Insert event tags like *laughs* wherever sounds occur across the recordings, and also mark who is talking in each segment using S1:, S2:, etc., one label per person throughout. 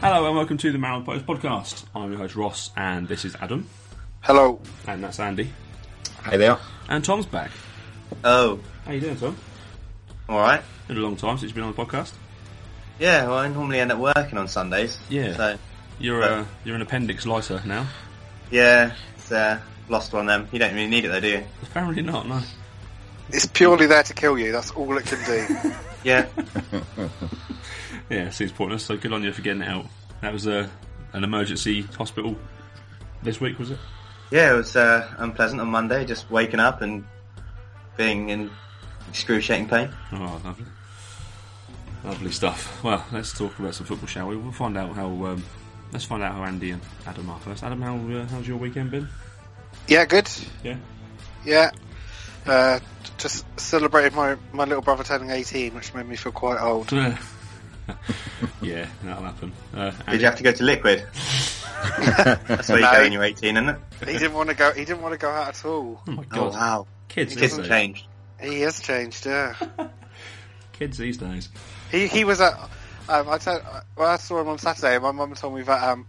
S1: Hello and welcome to the Maryland Post podcast. I'm your host Ross, and this is Adam,
S2: Hello.
S1: and that's Andy,
S2: Hey there.
S1: and Tom's back.
S3: Oh,
S1: How you doing, Tom?
S3: alright.
S1: Been a long time since you've been on the podcast.
S3: Yeah, well, I normally end up working on Sundays.
S1: Yeah.
S3: So,
S1: You're uh, you're an appendix lighter now.
S3: yeah, it's uh, lost one of them. You don't really need it though, do you?
S1: Apparently not. No.
S2: It's purely there to kill you. That's all it can do.
S3: Yeah.
S1: Yeah, seems pointless. So good on you for getting it out. That was uh, an emergency hospital this week, was it?
S3: yeah, it was uh, unpleasant on Monday, just waking up and being in excruciating pain.
S1: Oh, lovely. Lovely stuff. Well, let's talk about some football, shall we? We'll find out how. Um, let's find out how Andy and Adam are first. Adam, how uh, how's your weekend been?
S2: yeah, good.
S1: Yeah.
S2: Yeah. Uh, just celebrated my, my little brother turning 18, which made me feel quite
S1: *laughs*
S2: old.
S1: yeah, that'll happen. Uh,
S3: Did you have to go to Liquid? That's where you
S2: No.
S3: go when you're 18, isn't it?
S2: He didn't want to go. He didn't want to go out at all.
S1: Oh my god,
S3: Oh, wow.
S1: kids,
S3: Kids
S1: these
S3: have
S1: days.
S3: changed.
S2: He has changed. Yeah.
S1: Kids these days.
S2: He he was at. Um, I, tell- well, I saw him on Saturday. and My mum told me that um,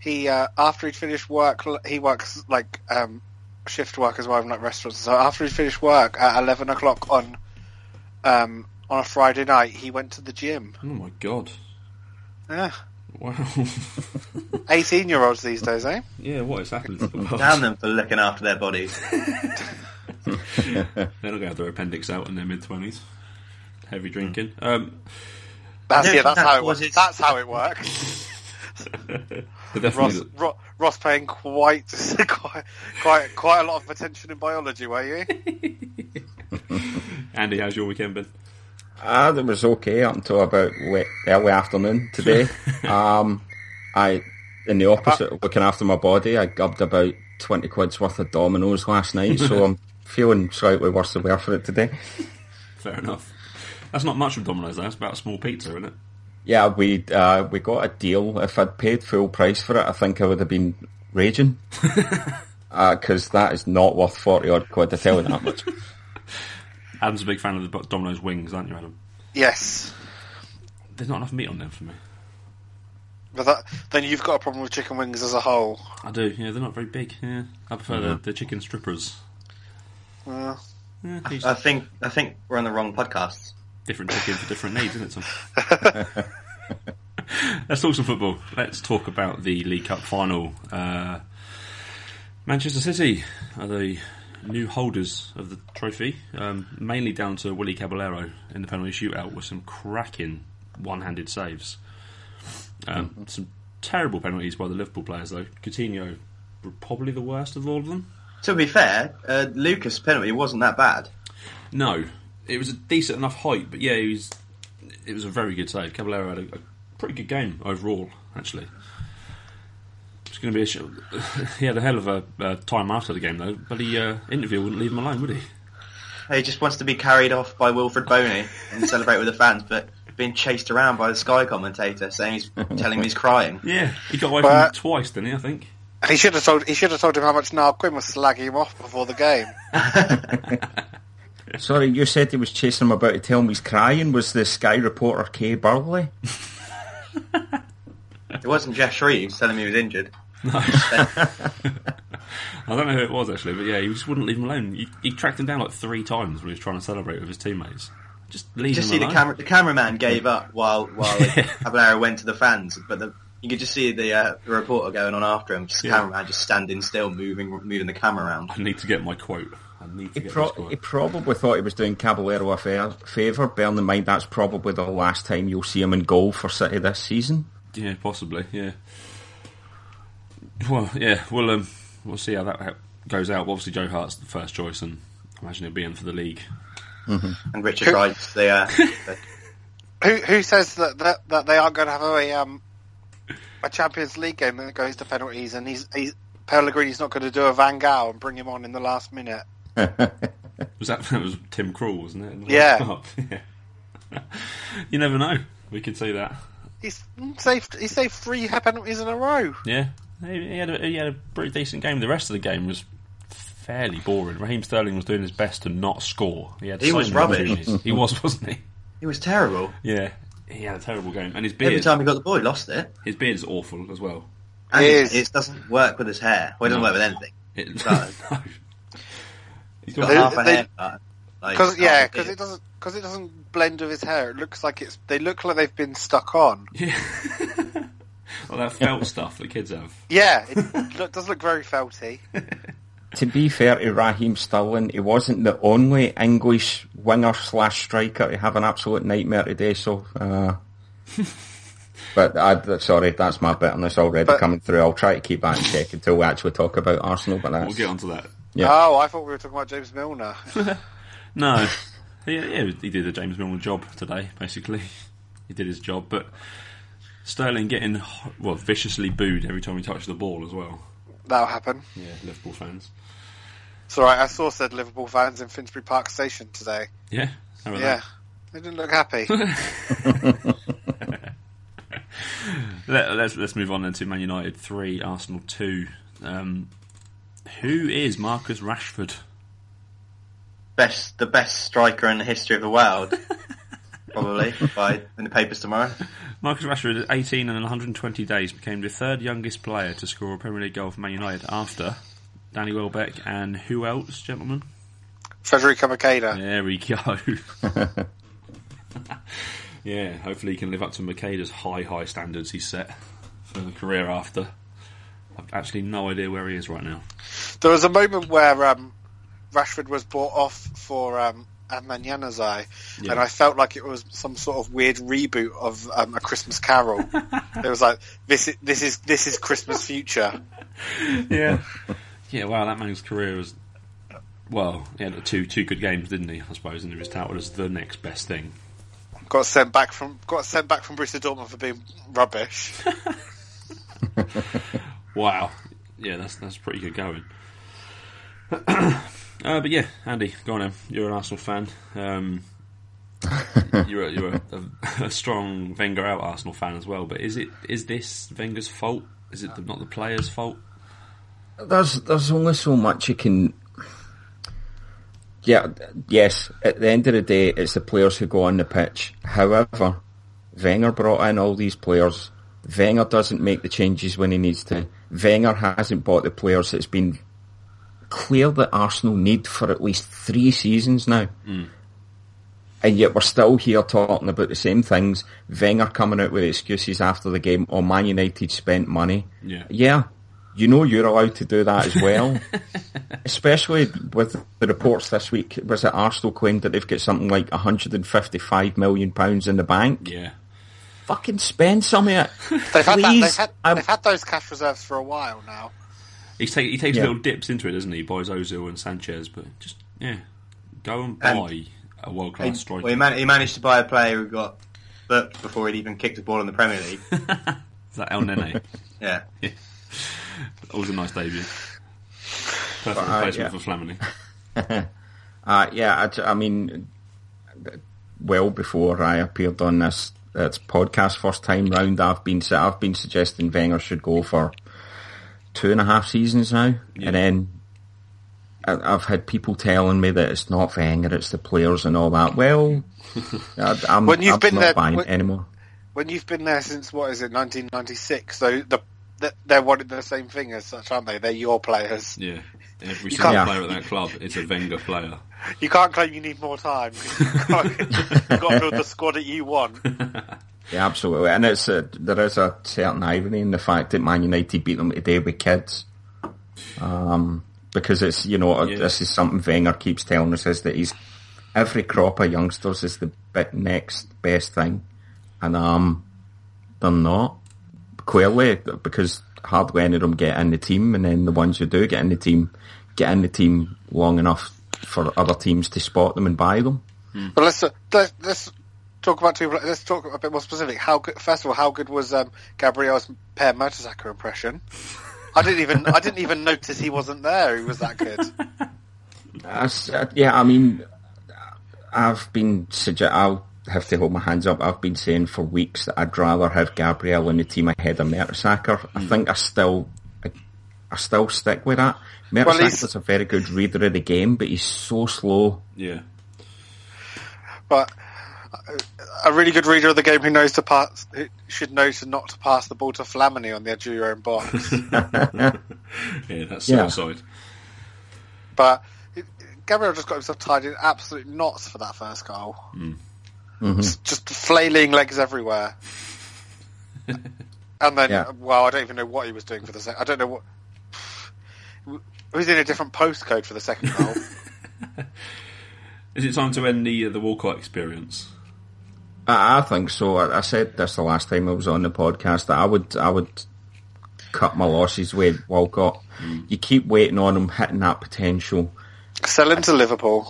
S2: he uh, after he'd finished work, l- he works like um, shift work as well in like restaurants. So after he'd finished work at eleven o'clock on um, on a Friday night, he went to the gym.
S1: Oh my god,
S2: Yeah,
S1: wow. *laughs*
S2: eighteen year olds these days, eh?
S1: yeah, what has happened to the world?
S3: Damn them for looking after their bodies.
S1: *laughs* They're not going to have their appendix out in their mid twenties. Heavy drinking. Um,
S2: That's,
S3: Yeah,
S2: yeah, that's
S3: that
S2: how it
S3: was
S2: works.
S3: it.
S2: That's how it works.
S1: they're definitely.
S2: Ross, Ro- Ross paying quite, *laughs* quite, quite, quite a lot of attention in biology, were you?
S1: Andy, how's your weekend been?
S4: Uh, it was okay up until about late, early afternoon today. um, I, in the opposite of looking after my body, I gubbed about 20 quid's worth of dominoes last night, so I'm feeling slightly worse than wear for it today.
S1: Fair enough. That's not much of Domino's. though. That's about a small pizza, isn't it?
S4: Yeah, we uh, we got a deal. If I'd paid full price for it, I think I would have been raging. Because that is not worth 40 odd quid, I tell you that much.
S1: Adam's a big fan of the Domino's wings, aren't you, Adam?
S2: Yes.
S1: There's not enough meat on them for me.
S2: But that, then you've got a problem with chicken wings as a whole.
S1: I do. Yeah, they're not very big. Yeah, I prefer the, the chicken strippers.
S2: Uh,
S1: Yeah, each-
S3: I think I think we're on the wrong podcast.
S1: different chicken for different needs, isn't it, Tom? Let's talk some football. Let's talk about the League Cup final. Uh, Manchester City are the new holders of the trophy, um, mainly down to Willie Caballero in the penalty shootout with some cracking one-handed saves. Um, some terrible penalties by the Liverpool players, though. Coutinho, were probably the worst of all of them.
S3: To be fair, uh, Lucas' penalty wasn't that bad.
S1: No, it was a decent enough height, but yeah, it was. It was a very good save. Caballero had a, a pretty good game overall, actually. It's going to be a. Sh- *laughs* he had a hell of a uh, time after the game, though. But the uh, interview wouldn't leave him alone, would he?
S3: He just wants to be carried off by Wilfred Boney and celebrate with the fans, but being chased around by the Sky commentator saying he's telling him he's crying.
S1: Yeah, he got away from
S2: But-
S1: it twice, didn't he? I think.
S2: he should have told. He should have told him how much Niall Quinn was slagging him off before the game. *laughs*
S4: Sorry, you said he was chasing him about to tell him he's crying. Was the Sky reporter Kay Burley?
S3: It wasn't Jeff Shreves telling me he was injured.
S1: I don't know who it was actually, but yeah, he just wouldn't leave him alone. He, he tracked him down like three times when he was trying to celebrate with his teammates. Just leave
S3: Just
S1: him
S3: see the
S1: alone.
S3: camera. The cameraman gave up while while Caballero went to the fans, but the You could just see the, uh, the reporter going on after him, just the
S1: Yeah.
S3: cameraman just standing still, moving moving the camera around.
S1: I need to get my quote. I need to
S4: He,
S1: get
S4: pro-
S1: this quote.
S4: he probably thought he was doing Caballero a fair- favour, bearing in mind that's probably the last time you'll see him in goal for City this season.
S1: Yeah, possibly. Yeah. Well, yeah. We'll um, we'll see how that how goes out. Obviously, Joe Hart's the first choice, and I imagine he'll be in for the league.
S3: And Richard Wright's the,
S2: *laughs*
S3: uh, the
S2: Who who says that that, that they aren't going to have a um, a Champions League game that goes to penalties and he's he's Pellegrini's not going to do a Van Gaal and bring him on in the last minute.
S1: Was that *laughs* that was Tim Krul, wasn't it? in the *laughs*
S2: Yeah.
S1: World Cup? yeah. *laughs* you never know. We could see that.
S2: He's saved he saved three penalties in a row.
S1: Yeah. He, he had a, he had a pretty decent game. The rest of the game was fairly boring. Raheem Sterling was doing his best to not score. He, had
S3: He
S1: so
S3: was
S1: many
S3: rubbish.
S1: opportunities. he was, *laughs* wasn't he?
S3: It was terrible.
S1: Yeah. He had a terrible game, and his
S3: Every
S1: beard
S3: time he got the ball, he lost it.
S1: his beard is awful as well.
S3: And
S2: It
S3: it,
S2: is.
S3: it doesn't work with his hair. Well, it doesn't
S1: No.
S3: work with anything.
S1: It, *laughs*
S3: No.
S1: no. He's
S3: He's got
S2: They-
S3: half a
S2: they-
S3: haircut. Like,
S2: Cause,
S3: half
S2: yeah,
S3: a beard.
S2: because it doesn't because it doesn't blend with his hair. It looks like it's they look like they've been stuck on.
S1: Yeah. *laughs* All that felt stuff that kids have.
S2: Yeah, it lo- does look very felty.
S4: To be fair to Raheem Sterling, he wasn't the only English winger slash striker to have an absolute nightmare today. So,
S1: *laughs*
S4: uh, but I, sorry, that's my bitterness already
S2: But-
S4: coming through. I'll try to keep that in check until we actually talk about Arsenal. But that's
S1: We'll get onto that.
S4: Yeah.
S2: Oh, I thought we were talking about James Milner.
S1: No. *laughs* Yeah, yeah, he did the James Milner job today, basically. He did his job, but Sterling getting, well, viciously booed every time he touched the ball as well.
S2: That'll happen.
S1: Yeah, Liverpool fans.
S2: It's all right. I saw said Liverpool fans in Finsbury Park Station today.
S1: Yeah? How about
S2: Yeah, they didn't look happy. *laughs*
S1: that? Let, let's, let's move on then to Man United 3, Arsenal 2. Um, who is Marcus Rashford?
S3: best the best striker in the history of the world, probably by in the papers tomorrow.
S1: Marcus Rashford, at 18 and 120 days, became the third youngest player to score a Premier League goal for Man United after Danny Welbeck and who else, gentlemen?
S2: Federico Makeda.
S1: There we go. *laughs* yeah, hopefully he can live up to Makeda's high, high standards he's set for the career after. I've actually no idea where he is right now.
S2: There was a moment where um, Rashford was bought off for um, Manana's Eye,
S1: Yeah.
S2: and I felt like it was some sort of weird reboot of um, a Christmas Carol. it was like this is this is this is Christmas future.
S1: Yeah. *laughs* yeah, wow, that man's career was. Well, he had two two good games, didn't he? I suppose, and he was touted as the next best thing.
S2: Got sent back from got sent back from Borussia Dortmund for being rubbish.
S1: Wow. Yeah, that's that's pretty good going. *clears throat* uh, but yeah, Andy, go on. Then. You're an Arsenal fan.
S4: *laughs*
S1: Um, you're a, you're a, a, strong Wenger out Arsenal fan as well. But is it is this Wenger's fault? Is it the, not the players' fault?
S4: there's there's only so much you can. Yeah, yes. At the end of the day, it's the players who go on the pitch. However, Wenger brought in all these players. Wenger doesn't make the changes when he needs to. Wenger hasn't bought the players. It's been clear that Arsenal need for at least three seasons now. And yet we're still here talking about the same things. Wenger coming out with excuses after the game, or Man United spent money.
S1: Yeah.
S4: Yeah. You know you're allowed to do that as well. Especially with the reports this week. Was it Arsenal claimed that they've got something like £155 million pounds in the bank?
S1: Yeah,
S4: Fucking spend some
S2: *laughs*
S4: of it.
S2: *laughs* They've had, that, they've,
S4: Please,
S2: had,
S4: I'm-
S2: they've had those cash reserves for a while now.
S1: he's take, he takes
S4: Yeah.
S1: little dips into it, doesn't he? Buys Ozil and Sanchez, but just yeah, go and buy
S3: And-
S1: a world class
S3: He,
S1: striker.
S3: well, he, man- he managed to buy a player who got booked before he'd even kicked a ball in the Premier League.
S1: is that El
S4: *laughs*
S1: Nene?
S3: Yeah,
S1: that was a nice debut. Perfect
S4: But, uh,
S1: replacement
S4: yeah.
S1: for Flamini.
S4: Uh, yeah, I, j- I mean, well before I appeared on this, this podcast first time round, I've been s- I've been suggesting Wenger should go for two and a half seasons now, and then I, I've had people telling me that it's not Wenger, it's the players and all that. *laughs* Well, I, I'm,
S2: When you've
S4: I'm
S2: been
S4: not
S2: there-
S4: buying
S2: when-
S4: it anymore.
S2: When you've been there since what is it, 1996? So the, the, they're wanting the same thing as such, aren't they? They're your players.
S1: Yeah, every
S2: You
S1: single
S2: can't-
S1: player at that club is a Wenger player.
S2: You can't claim you need more time. You've got to build the squad that you want.
S4: Yeah, absolutely. And it's a, there is a certain irony in the fact that Man United beat them today with kids. Um, because it's, you know,
S1: Yeah.
S4: this is something Wenger keeps telling us is that he's, every crop of youngsters is the bit next best thing. And, um, they're not. Clearly, because hardly any of them get in the team and then the ones who do get in the team, get in the team long enough for other teams to spot them and buy them.
S2: But let's uh, let's, let's talk about two. pla- Let's talk a bit more specific. How good, first of all, how good was um, Gabriel's Per Mertesacker impression? I didn't even I didn't even notice he wasn't there. He was that good.
S4: That's, uh, yeah, I mean, I've been sugge- I'll have to hold my hands up. I've been saying for weeks that I'd rather have Gabriel in the team ahead of Mertesacker. I think I still, I, I still stick with that.
S2: he's-
S4: Mertesacker's a very good reader of the game, but he's so slow.
S1: Yeah.
S2: But uh, a really good reader of the game who knows to pass who should know to not to pass the ball to Flamini on the edge of your own box.
S1: Yeah, that's
S4: Yeah.
S1: offside.
S2: but Gabriel just got himself tied in absolute knots for that first goal. Just, just flailing legs everywhere. and then,
S4: Yeah.
S2: well, I don't even know what he was doing for the second. I don't know what. He was in a different postcode for the second goal.
S1: Is it time to end the uh, the Walcott experience?
S4: I, I think so. I, I said this the last time I was on the podcast that I would, I would cut my losses with Walcott. You keep waiting on him hitting that potential.
S2: Sell him to Liverpool.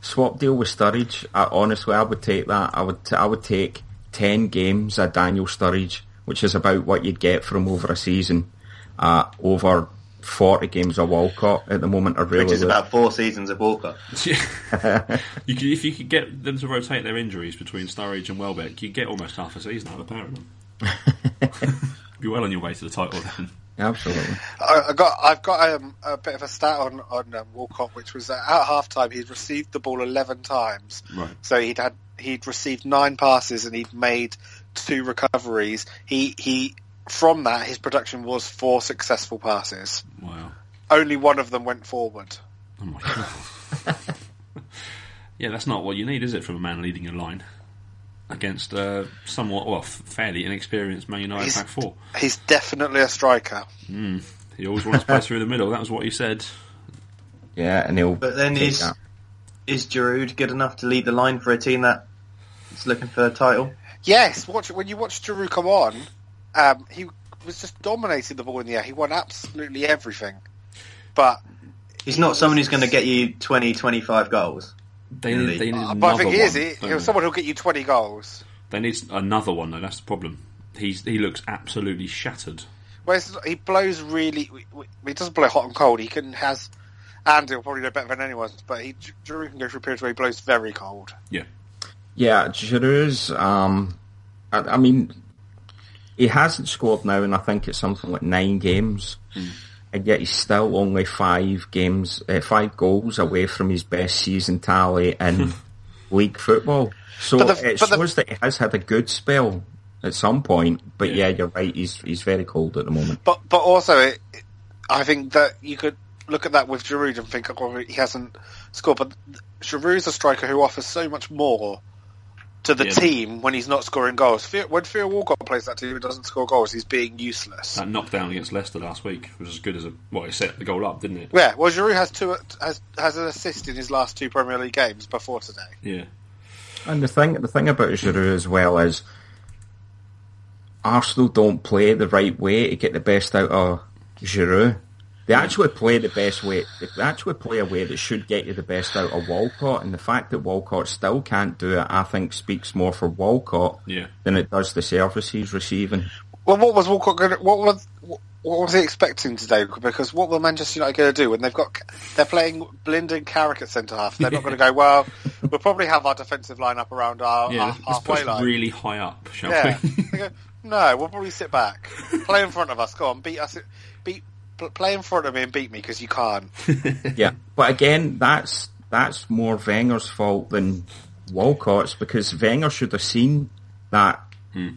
S4: swap deal with Sturridge, I, honestly, I would take that. I would t- I would take ten games of Daniel Sturridge, which is about what you'd get from over a season. Uh, over forty games of Walcott at the moment are really
S3: which is
S4: low.
S3: about four seasons of Walker.
S1: you could, if you could get them to rotate their injuries between Sturridge and Welbeck, you'd get almost half a season out of the pair of them. Be well on your way to the title then.
S4: absolutely.
S2: I, I got, I've got um, a bit of a stat on on um, Walcott, which was that at halftime he'd received the ball eleven times.
S1: Right.
S2: So he'd had he'd received nine passes and he'd made two recoveries. He he from that his production was four successful passes.
S1: Wow.
S2: Only one of them went forward.
S1: Oh my god. yeah, that's not what you need, is it, from a man leading a line against uh, somewhat, well, f- fairly inexperienced Man United
S2: He's-
S1: back four?
S2: He's definitely a striker.
S1: He always wants to play through the middle. That was what he said.
S4: Yeah, and he'll.
S3: But then
S4: take
S3: is
S4: that.
S3: is Giroud good enough to lead the line for a team that is looking for a title?
S2: Yes, watch when you watch Giroud come on, um, he was just dominating the ball in the air. He won absolutely everything. But
S3: He's not someone who's going to get you 20, 25 goals.
S1: They need, they need another
S2: Uh, but I think
S1: one.
S2: he is he,
S1: don't
S2: he
S1: they?
S2: was someone who'll get you twenty goals.
S1: They need another one, though. That's the problem. He's he looks absolutely shattered.
S2: Whereas he blows really, he doesn't blow hot and cold. He can has, and he'll probably know better than anyone. But he Drew can go through periods where he blows very cold.
S1: Yeah,
S4: Yeah, Giroud's. Um, I, I mean, he hasn't scored now, and I think it's something like nine games,
S2: Hmm.
S4: and yet he's still only five games, uh, five goals away from his best season tally
S2: *laughs*
S4: in league football. So
S2: But the-
S4: it
S2: but the-
S4: shows that he has had a good spell at some point. But
S1: Yeah.
S4: yeah, you're right. He's he's very cold at the moment.
S2: But but also, it, I think that you could look at that with Giroud and think, oh, he hasn't scored. But Giroud's a striker who offers so much more to the
S1: Yeah.
S2: team when he's not scoring goals. Theo- When Theo Walcott plays that team and doesn't score goals, he's being useless.
S1: that knockdown against Leicester last week was as good as a well. It set the goal up, didn't it?
S2: Yeah, well, Giroud has two has has an assist in his last two Premier League games before today.
S1: Yeah,
S4: And the thing, the thing about Giroud as well is Arsenal don't play the right way to get the best out of Giroud. They actually play the best way. They actually play a way that should get you the best out of Walcott. And the fact that Walcott still can't do it, I think, speaks more for Walcott
S1: Yeah.
S4: than it does the service he's receiving.
S2: Well, what was Walcott going? to What was what was he expecting today? Because what were Manchester United going to do when they've got they're playing Blind and Carrick at centre half? They're not going to go. Well, we'll probably have our defensive line up around our,
S1: yeah.
S2: our
S1: let's- let's put
S2: uh, halfway
S1: us
S2: line.
S1: really high up, shall
S2: yeah.
S1: we? *laughs*
S2: They go, no, we'll probably sit back, play in front of us. Go on, beat us. Beat pl- play in front of me and beat me because you can't.
S4: Yeah, but again, that's that's more Wenger's fault than Walcott's because Wenger should have seen that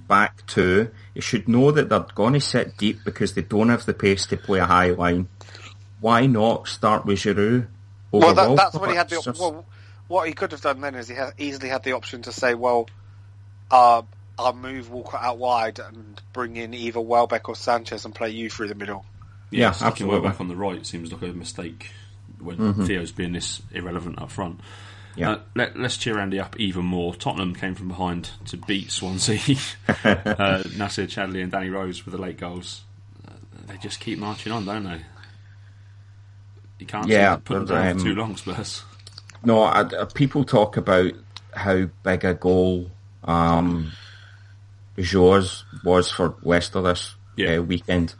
S4: back two. He should know that they're going to sit deep because they don't have the pace to play a high line. Why not start with Giroud? Over
S2: Well, that, that's
S4: Walcott?
S2: when he had the
S4: It's
S2: op-
S4: just-
S2: well, what he could have done then is he had, easily had the option to say, well, our our move Walcott out wide and bring in either Welbeck or Sanchez and play you through the middle.
S4: Yeah,
S1: sticking
S4: absolutely. Mm-hmm.
S1: back on the right seems like a mistake when Theo's being this irrelevant up front.
S4: Yeah.
S1: Uh, let, let's cheer Andy up even more. Tottenham came from behind to beat Swansea. *laughs*
S4: *laughs*
S1: uh, Nasir Chadley and Danny Rose with the late goals. Uh, they just keep marching on, don't they? You can't
S4: Yeah,
S1: seem to put them
S4: but,
S1: down for
S4: um,
S1: too long, Spurs.
S4: No, I, uh, people talk about how big a goal um, Jaws was for Leicester this
S1: Yeah.
S4: uh, weekend.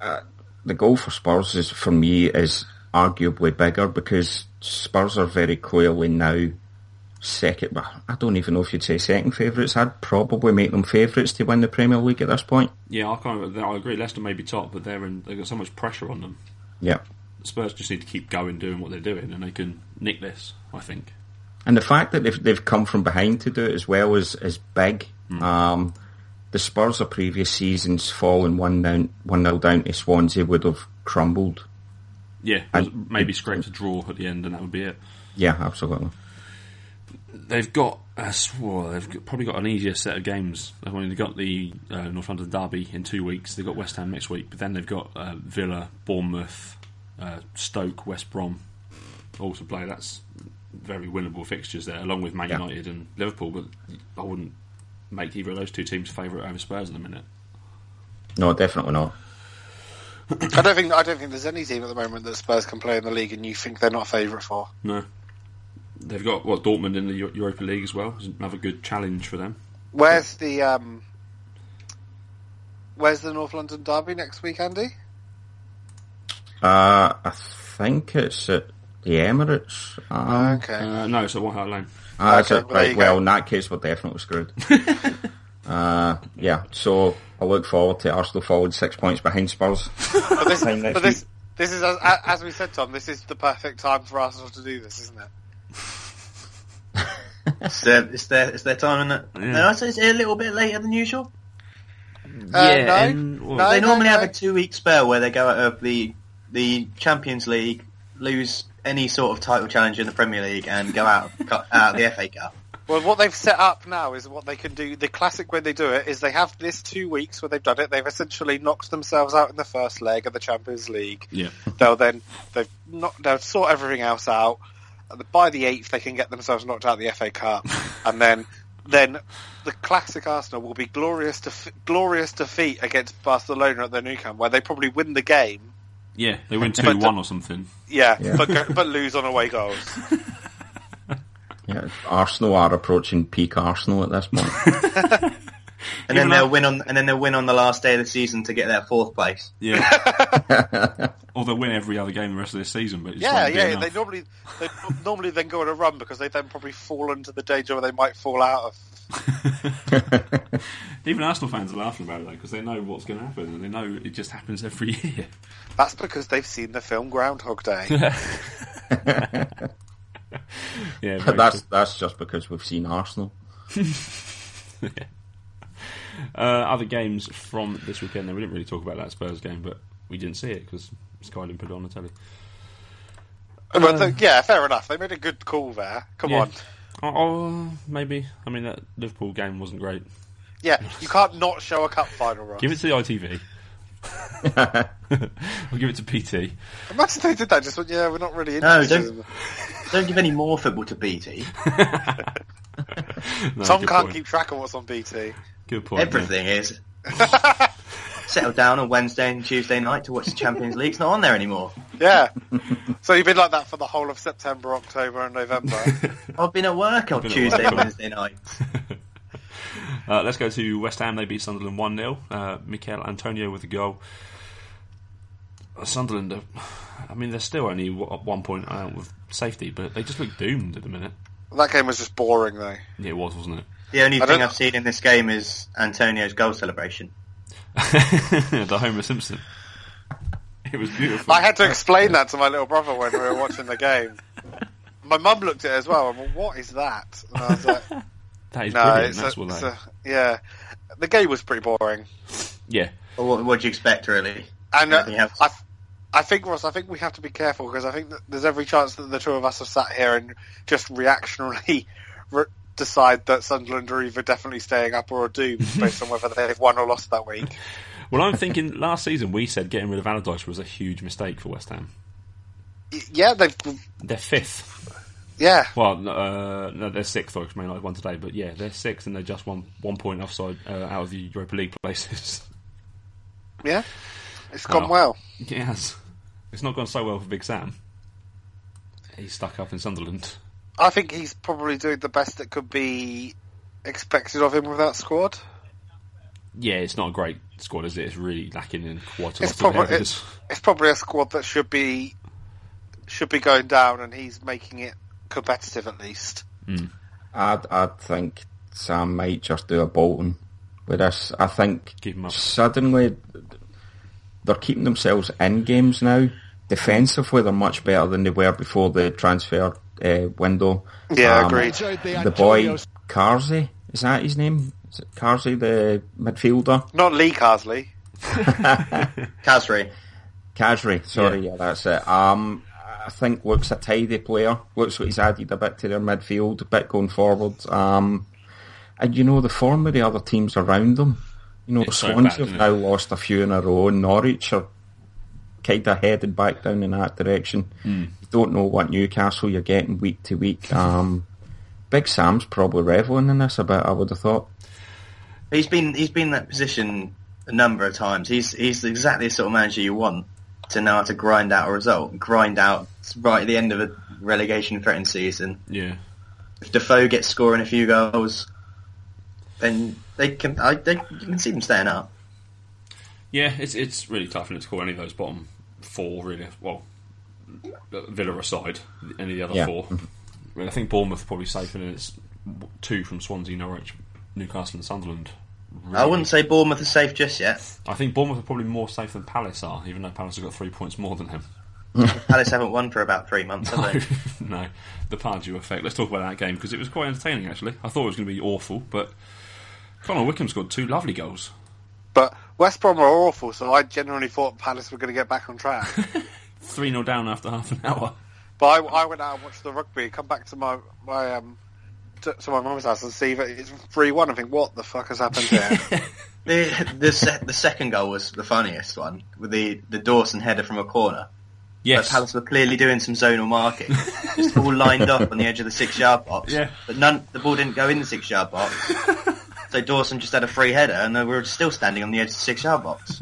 S4: Uh, the goal for Spurs is, for me, is arguably bigger because Spurs are very clearly now second. well, I don't even know if you'd say second favourites. I'd probably make them favourites to win the Premier League at this point.
S1: Yeah, I kind of I agree. Leicester may be top, but they're in, they've got so much pressure on them.
S4: Yeah.
S1: Spurs just need to keep going, doing what they're doing, and they can nick this. I think.
S4: And the fact that they've, they've come from behind to do it as well is, is big.
S2: Hmm.
S4: Um, the Spurs of previous seasons falling 1 down, 1 0 down to Swansea would have crumbled.
S1: Yeah,
S4: And-
S1: maybe scrape a draw at the end, and that would be it.
S4: Yeah, absolutely.
S1: They've got, uh, well, they've got- probably got an easier set of games. They've only got the uh, North London derby in two weeks. They've got West Ham next week, but then they've got uh, Villa, Bournemouth, uh, Stoke, West Brom, all to play. That's very winnable fixtures there, along with Man
S4: Yeah.
S1: United and Liverpool. But I wouldn't make either of those two teams favourite over Spurs at the minute.
S4: No, definitely not.
S2: I don't think I don't think there's any team at the moment that Spurs can play in the league and you think they're not favourite for.
S1: No, they've got what Dortmund in the Eu- Europa League as well. It's another good challenge for them.
S2: Where's the um, Where's the North London derby next week, Andy?
S4: Uh, I think it's at the Emirates. Uh,
S2: Okay.
S1: Uh, no, it's at White Hart Lane.
S4: ah, is
S2: okay,
S4: it?
S2: well, there
S4: right,
S2: you
S4: well,
S2: go.
S4: in that case, we're definitely screwed. *laughs* uh, yeah, so I look forward to Arsenal forward six points behind Spurs.
S2: But this,
S4: Time next
S2: but this, this is as, as we said, Tom. This is the perfect time for Arsenal to do this, isn't it?
S3: It's their, it's their, it's their time, isn't it?
S1: Yeah.
S3: No, it's, it's a little bit later than usual.
S2: Yeah, Uh, no.
S1: and- well,
S2: No,
S3: they
S2: no,
S3: normally
S2: no.
S3: have a two-week spell where they go out of the the Champions League, lose any sort of title challenge in the Premier League, and go out cut out of *laughs* the FA Cup.
S2: Well, what they've set up now is what they can do. The classic way they do it is they have this two weeks where they've done it. They've essentially knocked themselves out in the first leg of the Champions League.
S1: Yeah.
S2: They'll then they've not they'll sort everything else out. And by the eighth, they can get themselves knocked out of the FA Cup, and then then the classic Arsenal will be glorious def- glorious defeat against Barcelona at the Nou Camp, where they probably win the game.
S1: Yeah, they *laughs* win
S2: But
S1: two
S2: the-
S1: one or something.
S2: Yeah,
S4: Yeah.
S2: but go- but lose on away goals.
S4: Yeah, Arsenal are approaching peak Arsenal at this point.
S3: And then
S1: Even
S3: they'll
S1: though-
S3: win on and then they'll win on the last day of the season to get their fourth place.
S1: Yeah. *laughs* or they win every other game the rest of this season, but it's
S2: Yeah,
S1: not
S2: yeah. They normally
S1: *laughs*
S2: they normally then go on a run because they then probably fall into the danger where they might fall out of.
S1: Even Arsenal fans are laughing about it because they know what's going to happen, and they know it just happens every *laughs* year.
S2: That's because they've seen the film Groundhog
S1: *laughs*
S2: Day.
S1: *laughs* Yeah, very
S4: that's that's just because we've seen Arsenal.
S1: cool. uh, other games from this weekend. Then we didn't really talk about that Spurs game, but we didn't see it because Sky didn't put it on the telly.
S2: Well, th- yeah, fair enough. They made a good call there. Come
S1: Yeah.
S2: on.
S1: Oh, oh, maybe. I mean, that Liverpool game wasn't great.
S2: Yeah, you can't not show a cup final run.
S1: Give it to the
S2: *laughs*
S1: *laughs* ITV. we'll give it to PT.
S2: *laughs* Imagine they did that. Just went, yeah, we're not really
S3: No,
S2: interested. in
S3: don't-
S2: them.
S3: Don't give any more football to BT.
S1: *laughs* No,
S2: Tom
S1: good
S2: can't
S1: point.
S2: keep track of what's on BT.
S1: Good point. yeah. *laughs*
S3: Everything is. Settle down on Wednesday and Tuesday night to watch the Champions League. It's not on there anymore.
S1: *laughs*
S2: Yeah. so you've been like that for the whole of September, October, and November.
S1: *laughs*
S3: I've been at work on
S1: Been at
S3: Tuesday
S1: work.
S3: and Wednesday nights.
S1: Uh, let's go to West Ham. They beat Sunderland 1 0. Uh, Mikel Antonio with a goal. Uh, Sunderland, are, I mean, they're still only w- at one point out with safety, but they just look doomed at the minute.
S2: that game was just boring, though.
S1: Yeah, it was, wasn't it? *laughs*
S3: The only
S2: I
S3: thing
S2: don't-
S3: I've seen in this game is Antonio's goal celebration.
S1: the Homer Simpson. It was beautiful.
S2: I had to explain that to my little brother when we were watching the
S3: *laughs*
S2: game. My mum looked at it as well and went, what is that? And I was like,
S1: *laughs* that is
S2: no,
S1: brilliant.
S2: it's,
S1: That's
S2: a,
S1: what
S2: it's
S1: they.
S2: a- yeah. The game was pretty boring.
S1: Yeah.
S3: Or what, what do you expect, really?
S2: And uh,
S3: Anything else?
S2: I, I think, Ross, I think we have to be careful because I think that there's every chance that the two of us have sat here and just reactionarily *laughs* re- decide that Sunderland are either definitely staying up or
S1: *laughs*
S2: are doomed based on whether they've won or lost that week.
S1: Well, I'm thinking last season we said getting rid of Allardyce was a huge mistake for West Ham.
S2: Y- Yeah, they've.
S1: They're fifth.
S2: Yeah,
S1: Well, n- uh, no, they're sixth, though, because Man United won today. But yeah, they're sixth and they're just one, one point offside uh, out of the Europa League places.
S2: yeah. It's gone
S1: Wow.
S2: well.
S1: *laughs* yes. It's not gone so well for Big Sam. He's stuck up in Sunderland.
S2: I think he's probably doing the best that could be expected of him with that squad.
S1: Yeah, it's not a great squad, is it? It's really lacking in quite a
S2: It's
S1: lot of
S2: probably
S1: areas.
S2: it's, it's probably a squad that should be should be going down, and he's making it competitive at least.
S4: I'd, I'd think Sam might just do a Bolton with this. I think
S1: Keep 'em up.
S4: suddenly they're keeping themselves in games now. Defensively, they're much better than they were before the transfer uh, window. Um,
S2: Yeah, agreed.
S4: The boy Carzy, is that his name? Is it Carzy, the midfielder?
S2: Not Lee Carsley.
S3: Casri.
S4: Casri, sorry, yeah. that's it. Um, I think looks a tidy player. Looks like he's added a bit to their midfield, a bit going forward. Um, and you know the form of the other teams around them. You know,
S1: It's so
S4: Swansea
S1: bad,
S4: have
S1: isn't
S4: now
S1: it?
S4: lost a few in a row. and Norwich are kind of headed back down in that direction. You don't know what Newcastle you're getting week to week. Um, Big Sam's probably reveling in this a bit. I would have thought.
S3: He's been he's been in that position a number of times. He's he's exactly the sort of manager you want to know how to grind out a result, grind out right at the end of a relegation threatened season.
S1: Yeah.
S3: If Defoe gets scoring a few goals, then they can I, they you can see them staying up.
S1: Yeah, it's it's really tough, and it's cool. Any of those bottom four, really. Well, Villa aside, any of the other
S4: Yeah.
S1: four. I, mean, I think Bournemouth probably safe, and it's two from Swansea, Norwich, Newcastle, and Sunderland.
S3: I wouldn't
S1: Really.
S3: say Bournemouth are safe just yet.
S1: I think Bournemouth are probably more safe than Palace are, even though Palace have got three points more than him.
S3: Palace haven't won for about three months, have they?
S1: *laughs* no, the Pardew effect. Let's talk about that game because it was quite entertaining. Actually, I thought it was going to be awful, but Connor Wickham scored two lovely goals.
S2: But West Brom are awful, so I genuinely thought Palace were going to get back on track.
S1: Three 0 down after *laughs* half an hour.
S2: but I, I went out and watched the rugby, come back to my my um to, to my mum's house and see that it's three one. I think what the fuck has happened here?
S3: the the, se- the second goal was the funniest one with the the Dawson header from a corner. But
S1: Yes,
S3: Palace were clearly doing some zonal marking, just all lined up on the edge of the six-yard box.
S1: Yeah.
S3: But none, the ball didn't go in the six-yard box. so Dawson just had a free header, and they were still standing on the edge of the six-yard box.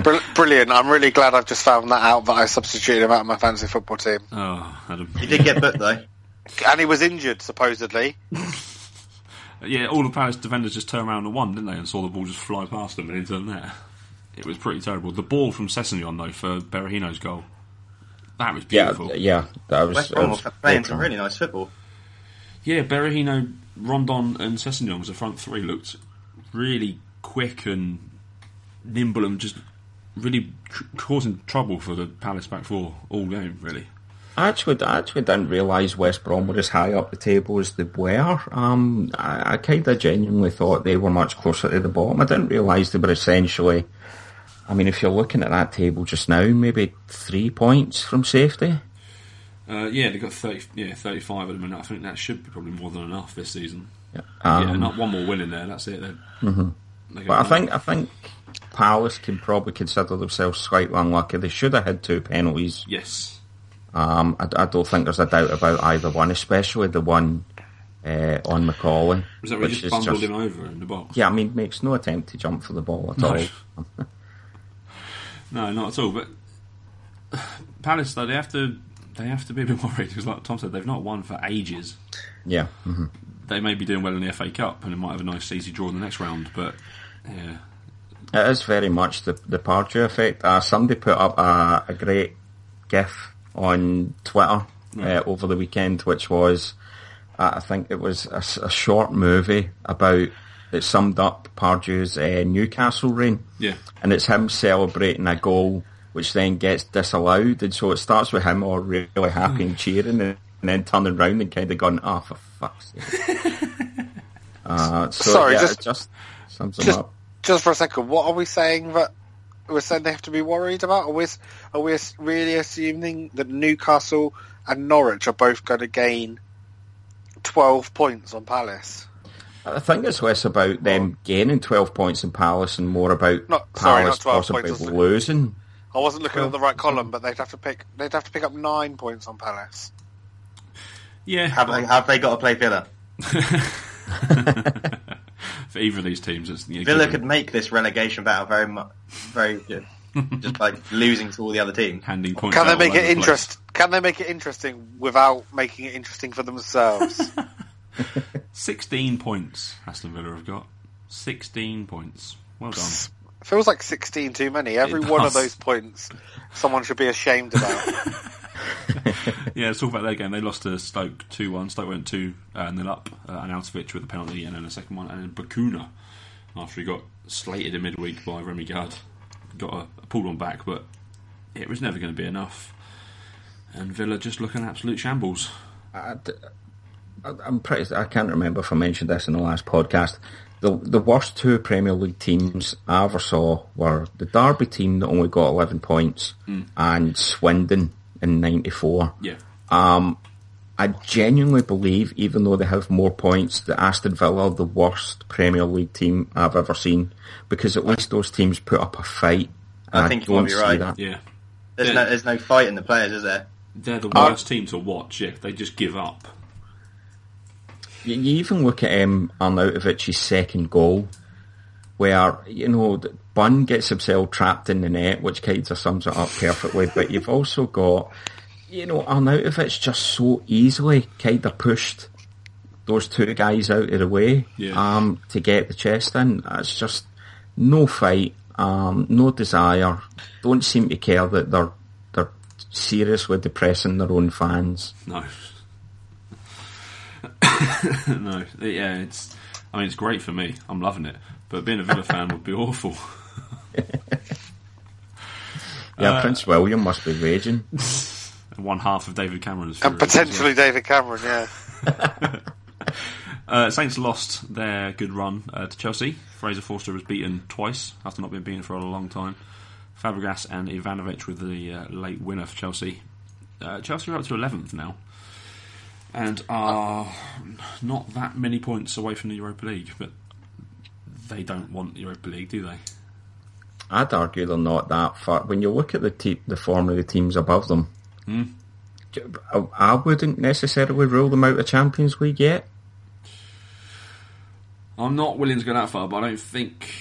S2: Br- brilliant! I'm really glad I've just found that out that I substituted him out of my fantasy football team,
S1: Oh, Adam.
S3: He did get booked though.
S2: and he was injured supposedly.
S1: Yeah, all the Palace defenders just turned around and won, didn't they? And saw the ball just fly past them and into the net. It was pretty terrible. The ball from Sessignon, though, for Berahino's goal. That was
S4: Yeah,
S1: beautiful.
S4: yeah. That was,
S3: West
S4: that
S3: Brom
S4: was
S3: were playing
S4: great.
S3: some really nice football.
S1: Yeah, Berahino, Rondon, and Sessignon was the front three. Looked really quick and nimble and just really tr- causing trouble for the Palace back four all game, really.
S4: I actually, I actually didn't realise West Brom were as high up the table as they were. Um, I, I kind of genuinely thought they were much closer to the bottom. I didn't realise they were essentially. I mean, if you're looking at that table just now, maybe three points from safety.
S1: Uh, yeah, they got 30, yeah, 35 at the minute. I think that should be probably more than enough this season.
S4: Um,
S1: yeah, not one more win in there. That's it. Then. Mm-hmm.
S4: But I think I think Palace can probably consider themselves slightly unlucky. They should have had two penalties.
S1: Yes.
S4: Um, I, I don't think there's a doubt about either one, especially the one uh, on Macaulay,
S1: Was that where he
S4: which
S1: just
S4: is
S1: bundled
S4: just-
S1: him over in the box?
S4: yeah, I mean, makes no attempt to jump for the ball at all.
S1: No, not at all. But Palace, though, they have to they have to be a bit *laughs* worried because, like Tom said, they've not won for ages.
S4: Yeah. mm-hmm.
S1: They may be doing well in the FA Cup and they might have a nice easy draw in the next round. But yeah,
S4: It is very much the the Pardew effect. Uh, somebody put up a, a great GIF on Twitter uh, over the weekend, which was, uh, I think it was a, s- a short movie about that summed up Pardew's uh, Newcastle reign,
S1: yeah,
S4: and it's him celebrating a goal which then gets disallowed, and so it starts with him all really happy and cheering, and, and then turning round and kind of going, "Ah, for fuck's sake."
S2: *laughs*
S4: Uh, so,
S2: Sorry,
S4: yeah,
S2: just-
S4: it just sums him
S2: just-
S4: up.
S2: Just for a second, what are we saying that we're saying they have to be worried about? Are we are we really assuming that Newcastle and Norwich are both going to gain twelve points on Palace.
S4: I think it's less about them gaining 12 points in Palace and more about
S2: Not- sorry,
S4: Palace
S2: not 12
S4: possibly
S2: points, isn't it?
S4: losing.
S2: I wasn't looking at the right column, but they'd have to pick. They'd have to pick up nine points on Palace.
S1: Yeah,
S3: Have they, have they got to play Villa?
S1: *laughs* for either of these teams, it's you know,
S3: Villa
S1: keeping-
S3: could make this relegation battle very mu very
S1: *laughs*
S3: good, just by losing to all the other teams.
S1: handing points.
S2: Can
S1: out
S2: they
S1: all over
S2: make it
S1: the place.
S2: interest? Can they make it interesting without making it interesting for themselves?
S1: Sixteen points Aston Villa have got. Sixteen points. Well done.
S2: Feels like sixteen too many. Every
S1: It
S2: one of
S1: does.
S2: those points, someone should be ashamed about.
S1: Yeah, let's talk about their game. They lost to Stoke 2 1. Stoke went 2 uh, nil up, uh, and Altovich with a penalty, and then a second one, and then Bakuna, after he got slated in midweek by Remy Gard, got a, a pulled on back, but it was never going to be enough. And Villa just looking absolute shambles.
S4: I, am pretty. I can't remember if I mentioned this in the last podcast. The the worst two Premier League teams I ever saw were the Derby team that only got 11 points
S3: Mm.
S4: and Swindon in '94.
S1: Yeah.
S4: I genuinely believe, even though they have more points, that Aston Villa are the worst Premier League team I've ever seen because at least those teams put up a fight. and
S3: I think you
S4: don't
S3: might be
S4: see
S3: right.
S4: that.
S1: Yeah.
S3: There's no there's no fight in the players, is there?
S1: They're the worst team to watch, yeah. They just give up.
S4: You, you even look at um, Arnautovic's second goal, where you know th- Bunn gets himself trapped in the net, which kind of sums it up perfectly. but you've also got, you know, Arnautovic just so easily kind of pushed those two guys out of the way
S1: Yeah.
S4: um, to get the chest in. It's just no fight, um, no desire. Don't seem to care that they're they're seriously depressing their own fans.
S1: No. *laughs* no. Yeah, it's. I mean, it's great for me. I'm loving it. But being a Villa fan would be awful.
S4: Yeah, Prince William must be raging.
S1: And one half of David Cameron's.
S2: and
S1: Fury as well.
S2: potentially David Cameron. Yeah,
S1: Uh, Saints lost their good run uh, to Chelsea. Fraser Forster was beaten twice after not being beaten for a long time. Fabregas and Ivanovic with the uh, late winner for Chelsea. Uh, Chelsea are up to 11th now and are not that many points away from the Europa League, but they don't want the Europa League, do they?
S4: I'd argue they're not that far. When you look at the te- the form of the teams above them, I- I wouldn't necessarily rule them out of Champions League yet.
S1: I'm not willing to go that far, but I don't think.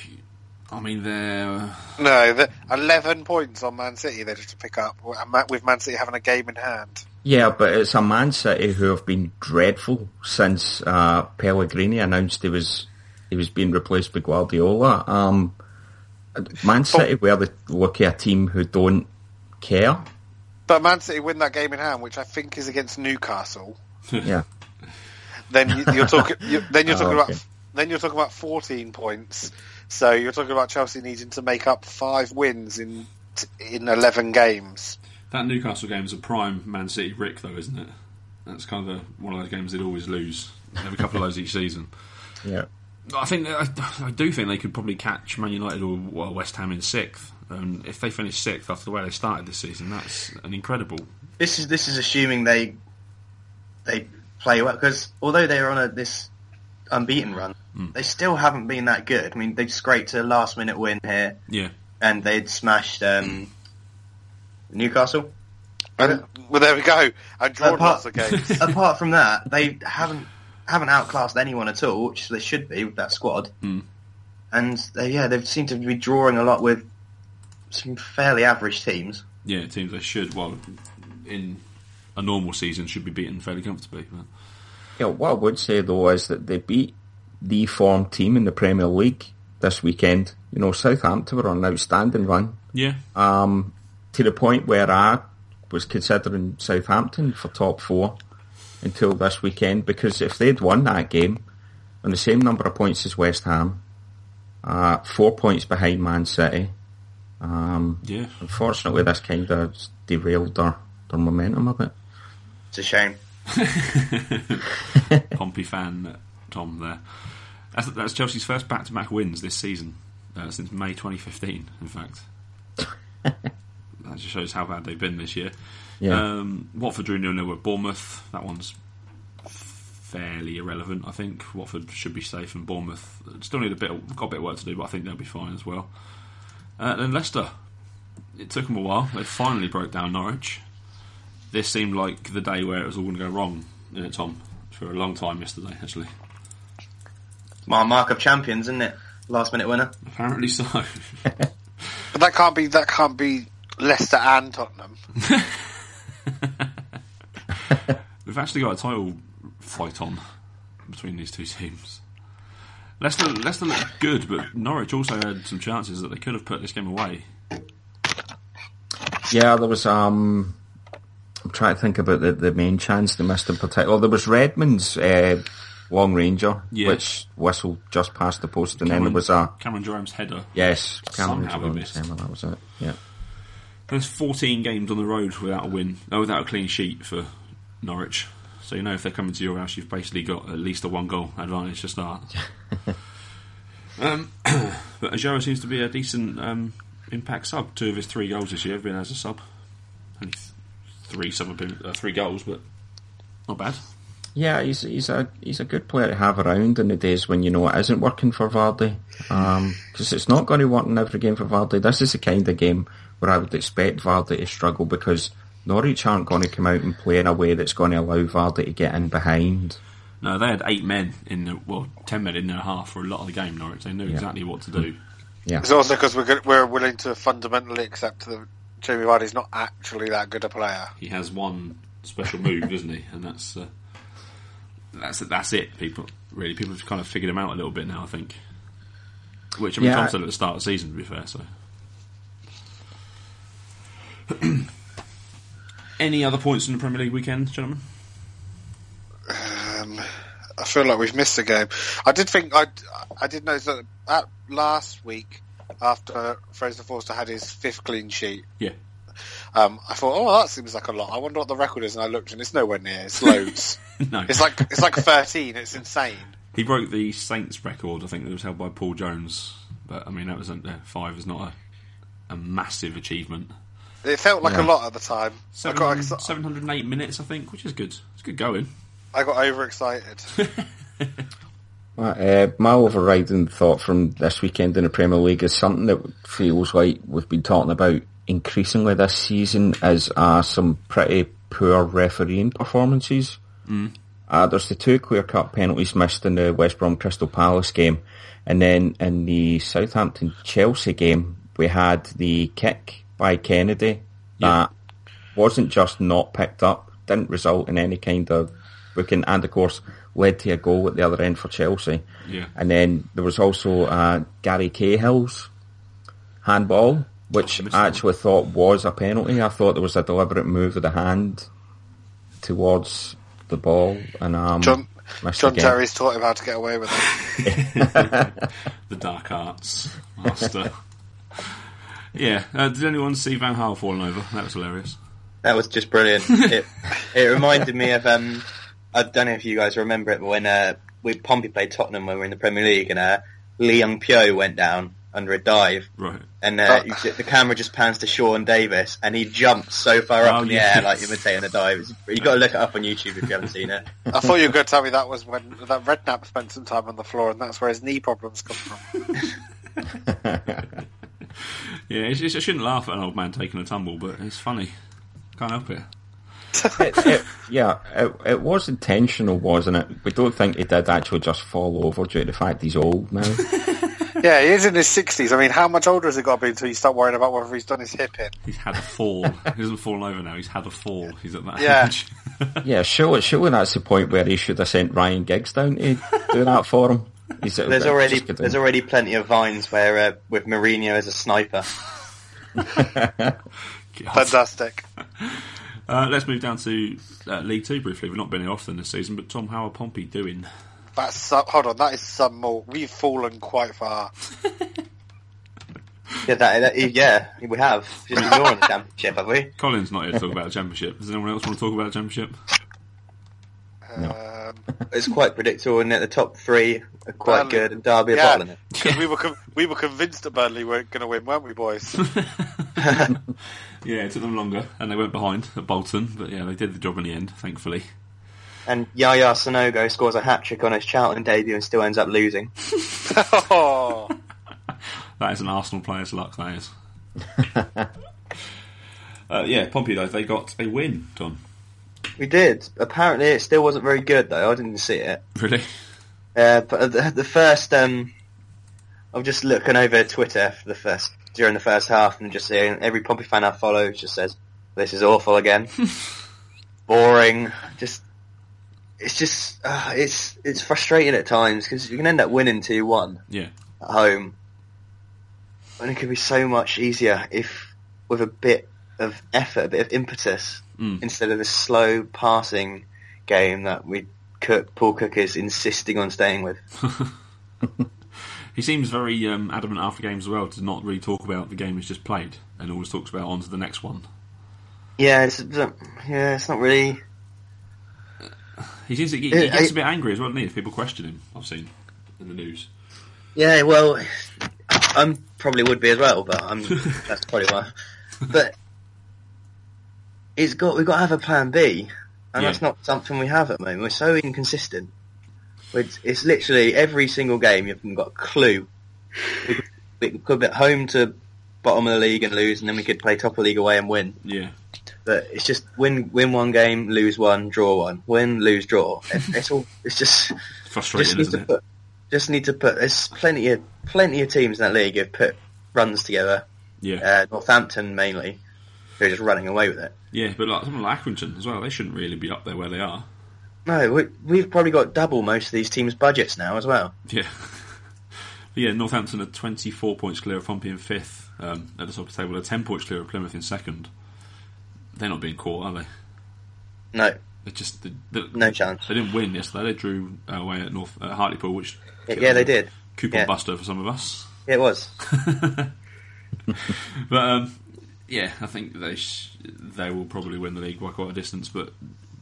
S1: I mean, they're.
S2: no, the, eleven points on Man City they'd have to pick up and Ma- with Man City having a game in hand.
S4: Yeah, but it's a Man City who have been dreadful since uh, Pellegrini announced he was he was being replaced by Guardiola. Um, Man City were the lucky a team who don't care.
S2: But Man City win that game in hand, which I think is against Newcastle.
S4: Yeah,
S2: Then you- you're talking. *laughs* you then you're
S4: Oh,
S2: talking
S4: okay.
S2: about. Then you're talking about fourteen points. So you're talking about Chelsea needing to make up five wins in in eleven games.
S1: That Newcastle game is a prime Man City Rick, though, isn't it? That's kind of the, one of those games they'd always lose. They have a couple of those each season.
S4: yeah.
S1: I think I, I do think they could probably catch Man United or well, West Ham in sixth. And if they finish sixth after the way they started this season, that's an incredible.
S3: This is this is assuming they they play well because although they're on a, this unbeaten run, they still haven't been that good. I mean, they scraped a last minute win here
S1: Yeah,
S3: and they'd smashed um, Newcastle.
S2: And, well, there we go. And drawn lots
S3: Apart-
S2: of games.
S3: *laughs* Apart from that, they haven't haven't outclassed anyone at all, which they should be with that squad. And they, yeah, they've seemed to be drawing a lot with some fairly average teams.
S1: yeah, teams they should well in a normal season should be beaten fairly comfortably. But
S4: Yeah, what I would say though is that they beat the form team in the Premier League this weekend. You know, Southampton were on an outstanding run
S1: yeah,
S4: um, to the point where I was considering Southampton for top four until this weekend because if they'd won that game on the same number of points as West Ham, uh, four points behind Man City, um,
S1: yeah,
S4: unfortunately this kind of derailed their, their momentum a bit.
S3: It's a shame.
S1: Pompey fan Tom there. That's, that's Chelsea's first back-to-back wins this season uh, since May 2015. In fact, *laughs* that just shows how bad they've been this year.
S4: Yeah.
S1: Um, Watford drew nil nil with Bournemouth. That one's fairly irrelevant. I think Watford should be safe, and Bournemouth uh, still need a bit of, got a bit of work to do, but I think they'll be fine as well. Uh, then Leicester, it took them a while. They finally broke down Norwich. This seemed like the day where it was all going to go wrong, didn't it, Tom? For a long time yesterday, actually.
S3: My mark of champions, isn't it? Last minute winner.
S1: Apparently so.
S2: But that can't be that can't be Leicester and Tottenham.
S1: We've actually got a title fight on between these two teams. Leicester, Leicester looked good, but Norwich also had some chances that they could have put this game away.
S4: Yeah, there was. Um, I'm trying to think about the, the main chance they missed in particular. There was Redmond's uh, long ranger,
S1: Yeah.
S4: which whistled just past the post, and then there
S1: Cameron-
S4: was uh, a
S1: Cameron Jerome's header.
S4: yes. Cameron
S1: Somehow we
S4: Jordan,
S1: missed.
S4: Cameron, That was it. Yeah.
S1: There's 14 games on the road without a win, no, without a clean sheet for Norwich. So you know if they're coming to your house, you've basically got at least a one goal advantage to start. um, *clears throat* but Ajara seems to be a decent um, impact sub. Two of his three goals this year have been as a sub. Only th- three sub have been uh, three goals, but not bad.
S4: Yeah, he's he's a he's a good player to have around in the days when you know it isn't working for Vardy, because it's not going to work in every game for Vardy. This is the kind of game where I would expect Vardy to struggle because Norwich aren't going to come out and play in a way that's going to allow Vardy to get in behind.
S1: No, they had eight men in the well, ten men in their half for a lot of the game. Norwich, they knew exactly what to do.
S4: Yeah,
S2: It's also because we're good, we're willing to fundamentally accept that Jamie Vardy's not actually that good a player.
S1: he has one special *laughs* move, doesn't he? And that's uh, that's that's it. People really, people have kind of figured him out a little bit now. I think, which I mean,
S4: Yeah,
S1: Tom
S4: I-
S1: said at the start of the season. To be fair, so. *clears throat* Any other points in the Premier League weekend, gentlemen?
S2: Um, I feel like we've missed a game. I did think I I did notice that at last week after Fraser Forster had his fifth clean sheet.
S1: Yeah.
S2: Um, I thought, oh, that seems like a lot. I wonder what the record is, and I looked, and it's nowhere near. It's loads.
S1: *laughs* no,
S2: it's like it's like thirteen. It's insane.
S1: he broke the Saints record. I think that was held by Paul Jones, but I mean that was uh, five is not a, a massive achievement.
S2: It felt like a
S4: Yeah.
S2: lot at the time. I got
S1: Seven
S2: ex-
S1: hundred and eight minutes, I think, which is good. It's good going.
S2: I got overexcited.
S4: My, uh, my overriding thought from this weekend in the Premier League is something that feels like we've been talking about increasingly this season is uh, some pretty poor refereeing performances. Uh, there's the two clear cut penalties missed in the West Brom Crystal Palace game, and then in the Southampton Chelsea game, we had the kick by Kennedy
S1: Yeah.
S4: that wasn't just not picked up, didn't result in any kind of booking, and of course led to a goal at the other end for Chelsea.
S1: Yeah.
S4: And then there was also uh, Gary Cahill's handball, which
S1: Oh, I missed
S4: I
S1: that.
S4: actually thought was a penalty. I thought there was a deliberate move of the hand towards the ball, and um,
S2: John
S4: missed
S2: John
S4: again.
S2: Terry's taught him how to get away with it.
S1: the dark arts master. *laughs* yeah. Uh, did anyone see Van Hal falling over? That was hilarious.
S3: That was just brilliant. it, it reminded me of um, I don't know if you guys remember it, but when uh, we Pompey played Tottenham when we were in the Premier League, and uh, Lee Young Pyo went down under a dive,
S1: Right.
S3: and uh,
S2: Oh.
S3: you- the camera just pans to Sean Davis, and he jumped so far up
S1: Oh,
S3: in the
S1: yes.
S3: air, like imitating a dive. It's- You got to look it up on YouTube if you haven't seen it.
S2: I thought you were going to tell me that was when that Redknapp spent some time on the floor, and that's where his knee problems come from.
S1: Yeah, it's, it's, I shouldn't laugh at an old man taking a tumble, but it's funny. Can't help it.
S4: *laughs* It- it- yeah, it, it was intentional, wasn't it? We don't think he did actually just fall over due to the fact he's old
S3: *laughs*
S4: now.
S2: Yeah, he is in his sixties. I mean, how much older has he got to be until you start worrying about whether he's done his hip in?
S1: He's had a fall. *laughs* he doesn't fall over now. He's had a fall. He's at that
S2: Yeah.
S1: age. *laughs*
S4: yeah, surely, surely that's the point where he should have sent Ryan Giggs down to do that for him. He's,
S3: There's already
S4: just couldn't.
S3: there's already plenty of vines where uh, with Mourinho as a sniper.
S1: God.
S2: Fantastic.
S1: Uh, let's move down to uh, League Two briefly. We've not been here often this season, but Tom, how are Pompey doing?
S2: That's some, hold on. That is some more. We've fallen quite far.
S3: Yeah, that, that- yeah, we have. Just ignoring the championship, have we?
S1: Colin's not here to talk about the championship. Does anyone else want to talk about the championship?
S2: Um,
S3: It's quite predictable, and at the top three are quite
S2: Burnley.
S3: good, and Derby are
S2: yeah,
S3: bottling it.
S2: 'cause we were con- we were convinced that Burnley weren't going to win, weren't we, boys?
S1: Yeah, it took them longer, and they went behind at Bolton, but yeah, they did the job in the end, thankfully.
S3: and Yaya Sanogo scores a hat trick on his Charlton debut and still ends up losing.
S2: Oh,
S1: That is an Arsenal player's luck, that is. uh, yeah, Pompey, though, they got a win, Tom.
S3: We did. Apparently, it still wasn't very good though. I didn't see it.
S1: Really?
S3: Uh, but the, the first, um, I'm just looking over Twitter for the first during the first half and just seeing every Pompey fan I follow just says this is awful again, boring. Just it's just uh, it's it's frustrating at times because you can end up winning two one
S1: Yeah.
S3: at home, and it could be so much easier if with a bit of effort, a bit of impetus,
S1: Mm.
S3: instead of this slow passing game that we Cook Paul Cook is insisting on staying with.
S1: He seems very um, adamant after games as well to not really talk about the game he's just played and always talks about on to the next one.
S3: Yeah, it's it's not- yeah, it's not really.
S1: He, seems, he, he
S3: Yeah,
S1: gets
S3: I-
S1: a bit angry as well, doesn't he, if people question him, I've seen in the news.
S3: Yeah, well, I'm probably would be as well, but I'm that's probably why. But it's got we've got to have a plan B, and
S1: Yeah.
S3: that's not something we have at the moment. We're so inconsistent. It's, it's literally every single game you haven't got a clue. We could, we could be at home to bottom of the league and lose, and then we could play top of the league away and win.
S1: Yeah.
S3: But it's just win win one game, lose one, draw one, win lose draw. It, it's all it's just
S1: Frustrating,
S3: just need
S1: isn't
S3: to
S1: it?
S3: put, just need to put. There's plenty of plenty of teams in that league who've put runs together.
S1: Yeah.
S3: Uh, Northampton mainly, who are just running away with it.
S1: yeah, but like someone like Accrington as well, they shouldn't really be up there where they are.
S3: No, we, we've probably got double most of these teams' budgets now as well.
S1: Yeah. *laughs* But yeah, Northampton are 24 points clear of Pompey in fifth um, at the top of the table. They're 10 points clear of Plymouth in second. They're not being caught, are they?
S3: No,
S1: They just they, they,
S3: no chance.
S1: they didn't win yesterday. They drew away at North at Hartlepool, which
S3: Yeah, they did.
S1: coupon
S3: Yeah.
S1: buster for some of us.
S3: It was.
S1: But um, yeah, I think they sh- they will probably win the league by quite a distance. But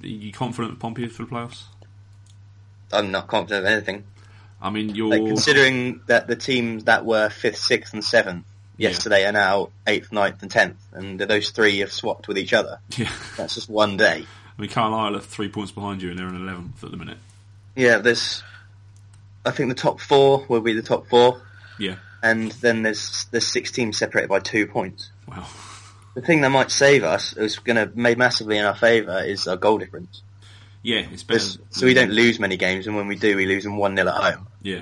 S1: are you confident with Pompey for the playoffs?
S3: I'm not confident of anything.
S1: I mean, you're
S3: Like, considering that the teams that were fifth, sixth, and seventh
S1: Yeah.
S3: yesterday are now eighth, ninth, and tenth, and those three have swapped with each other.
S1: *laughs* yeah.
S3: That's just one day.
S1: I mean, Carlisle are three points behind you, and they're in eleventh at the minute.
S3: Yeah, there's. I think the top four will be the top four,
S1: Yeah.
S3: and then there's there's six teams separated by two points.
S1: Wow.
S3: The thing that might save us is going to made massively in our favour is our goal difference,
S1: Yeah, it's better.
S3: This- so we don't lose many games, and when we do, we lose them one 0 at home.
S1: Yeah.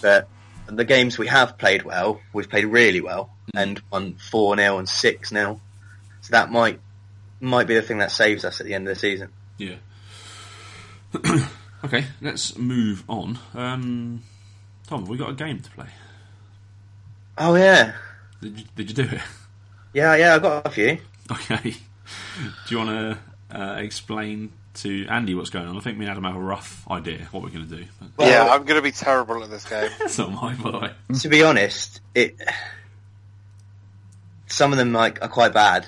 S3: But the games we have played well, we've played really well, and won four 0 and six 0 So that might might be the thing that saves us at the end of the season.
S1: Yeah. *clears throat* okay, let's move on. Um, Tom, have we got a game to play?
S3: Oh yeah,
S1: Did you, did you do it?
S3: yeah, yeah. I got a few.
S1: *laughs* Okay. Do you want to uh, explain to Andy what's going on? I think me and Adam have a rough idea what we're going to do. But *laughs*
S2: yeah,
S3: Well-
S2: I'm going to be terrible at this game.
S1: that's not mine, by the way.
S3: to be honest, it some of them like are quite bad.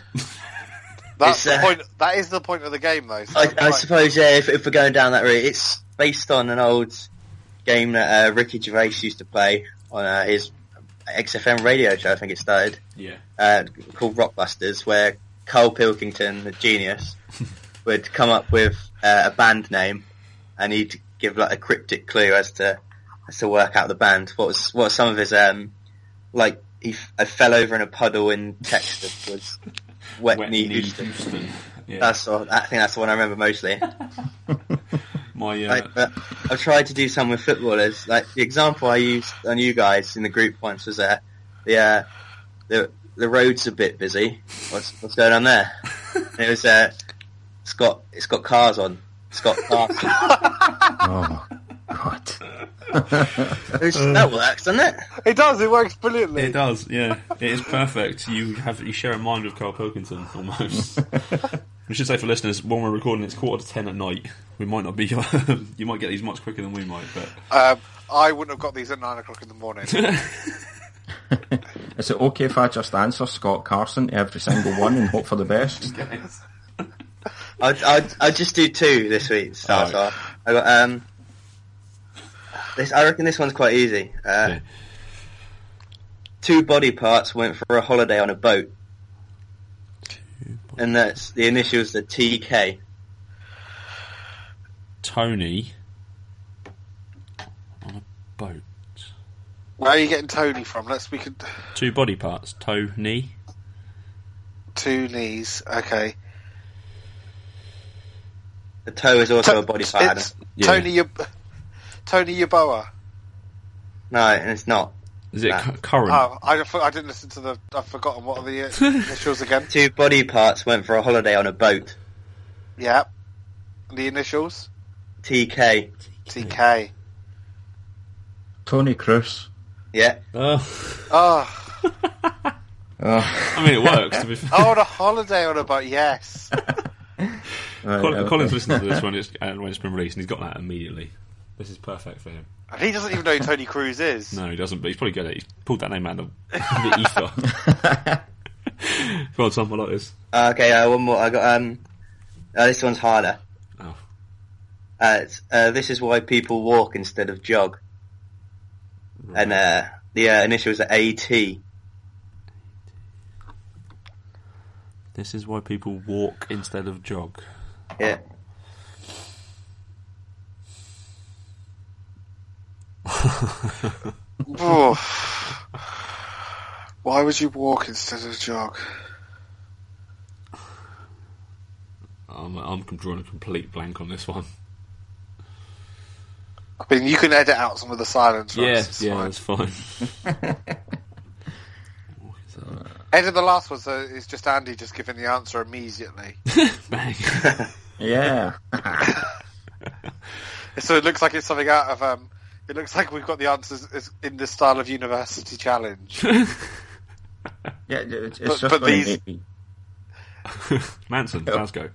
S2: That's
S3: It's,
S2: the
S3: uh,
S2: point. That is the point of the game, though. So
S3: I,
S2: it's
S3: I
S2: like-
S3: suppose yeah, if, if we're going down that route, it's based on an old game that uh, Ricky Gervais used to play on uh, his XFM radio show. I think it started
S1: Yeah.
S3: uh, called Rockbusters, where Carl Pilkington, the *laughs* genius, would come up with uh, a band name, and he'd give like a cryptic clue as to as to work out the band. What was what was some of his um like he f- I fell over in a puddle in Texas *laughs* was Wet, Knee Houston.
S1: Houston. Yeah.
S3: That's all, I think that's the one I remember mostly.
S1: my uh,
S3: Like, but I've tried to do some with footballers. Like the example I used on you guys in the group once was uh, the uh, the the road's a bit busy. What's what's going on there? And it was uh, it's got it's got cars on. It's got cars.
S4: Oh, God.
S3: It was- that works, doesn't it?
S2: it does. It works brilliantly.
S1: it does. Yeah, it is perfect. You have you share a mind with Carl Pilkington almost. we should say for listeners, when we're recording, it's quarter to ten at night. We might not be. *laughs* you might get these much quicker than we might, but
S2: Um, I wouldn't have got these at nine o'clock in the morning.
S4: Is it okay if I just answer Scott Carson to every single one and hope for the best?
S3: I'd, I'd, I'd just do two this week. So,
S1: Alright.
S3: so I got um. This I reckon this one's quite easy. Uh,
S1: Yeah.
S3: Two body parts went for a holiday on a boat, and that's the initials the TK.
S1: Tony on a boat.
S2: Where are you getting Tony from? Let's we could
S1: Two body parts: toe, knee.
S2: two knees. Okay,
S3: The toe is also a body part.
S2: It's
S1: Yeah.
S2: Tony Yab- Tony Yaboa.
S3: No, it's not.
S1: Is it
S3: Nah.
S1: cu- current?
S2: Oh, I, I didn't listen to the. I've forgotten what are the uh, initials
S3: *laughs*
S2: again.
S3: Two body parts went for a holiday on a boat.
S2: Yeah, the initials
S3: TK.
S2: TK.
S4: Tony Cruz.
S3: Yeah.
S1: Oh,
S2: Oh,
S4: *laughs* Oh,
S1: Uh, I mean, it works. To be fair.
S2: oh, on
S3: *laughs*
S2: a holiday on a boat. Yes.
S4: right,
S1: Colin,
S4: okay.
S1: Colin's listened
S4: *laughs*
S1: to this when it's uh, when it's been released, and he's got that immediately. This is perfect for him.
S2: And he doesn't even know who Tony Cruz is.
S1: No, he doesn't, but he's probably good at it. He's pulled that name out of the ether. well, something like this.
S3: Uh, okay, uh, one more. I got um. Uh, this one's harder.
S1: Oh,
S3: Uh, it's, uh, this is why people walk instead of jog. And uh, the uh, initials are AT.
S1: this is why people walk instead of jog.
S3: Yeah.
S2: Oh. Why would you walk instead of jog?
S1: I'm, I'm drawing a complete blank on this one.
S2: I mean, you can edit out some of the silence. right? It's
S1: yeah,
S2: fine.
S1: that's fine.
S2: Edit the last one, so it's just Andy just giving the answer immediately.
S1: Bang. *laughs*
S4: yeah.
S2: so it looks like it's something out of. Um, it looks like we've got the answers is- in the style of university
S1: *laughs*
S2: challenge.
S4: Yeah, it- it's
S2: But-
S4: just
S2: but
S4: gonna
S2: these-
S4: make me-
S1: Manson, Glasgow.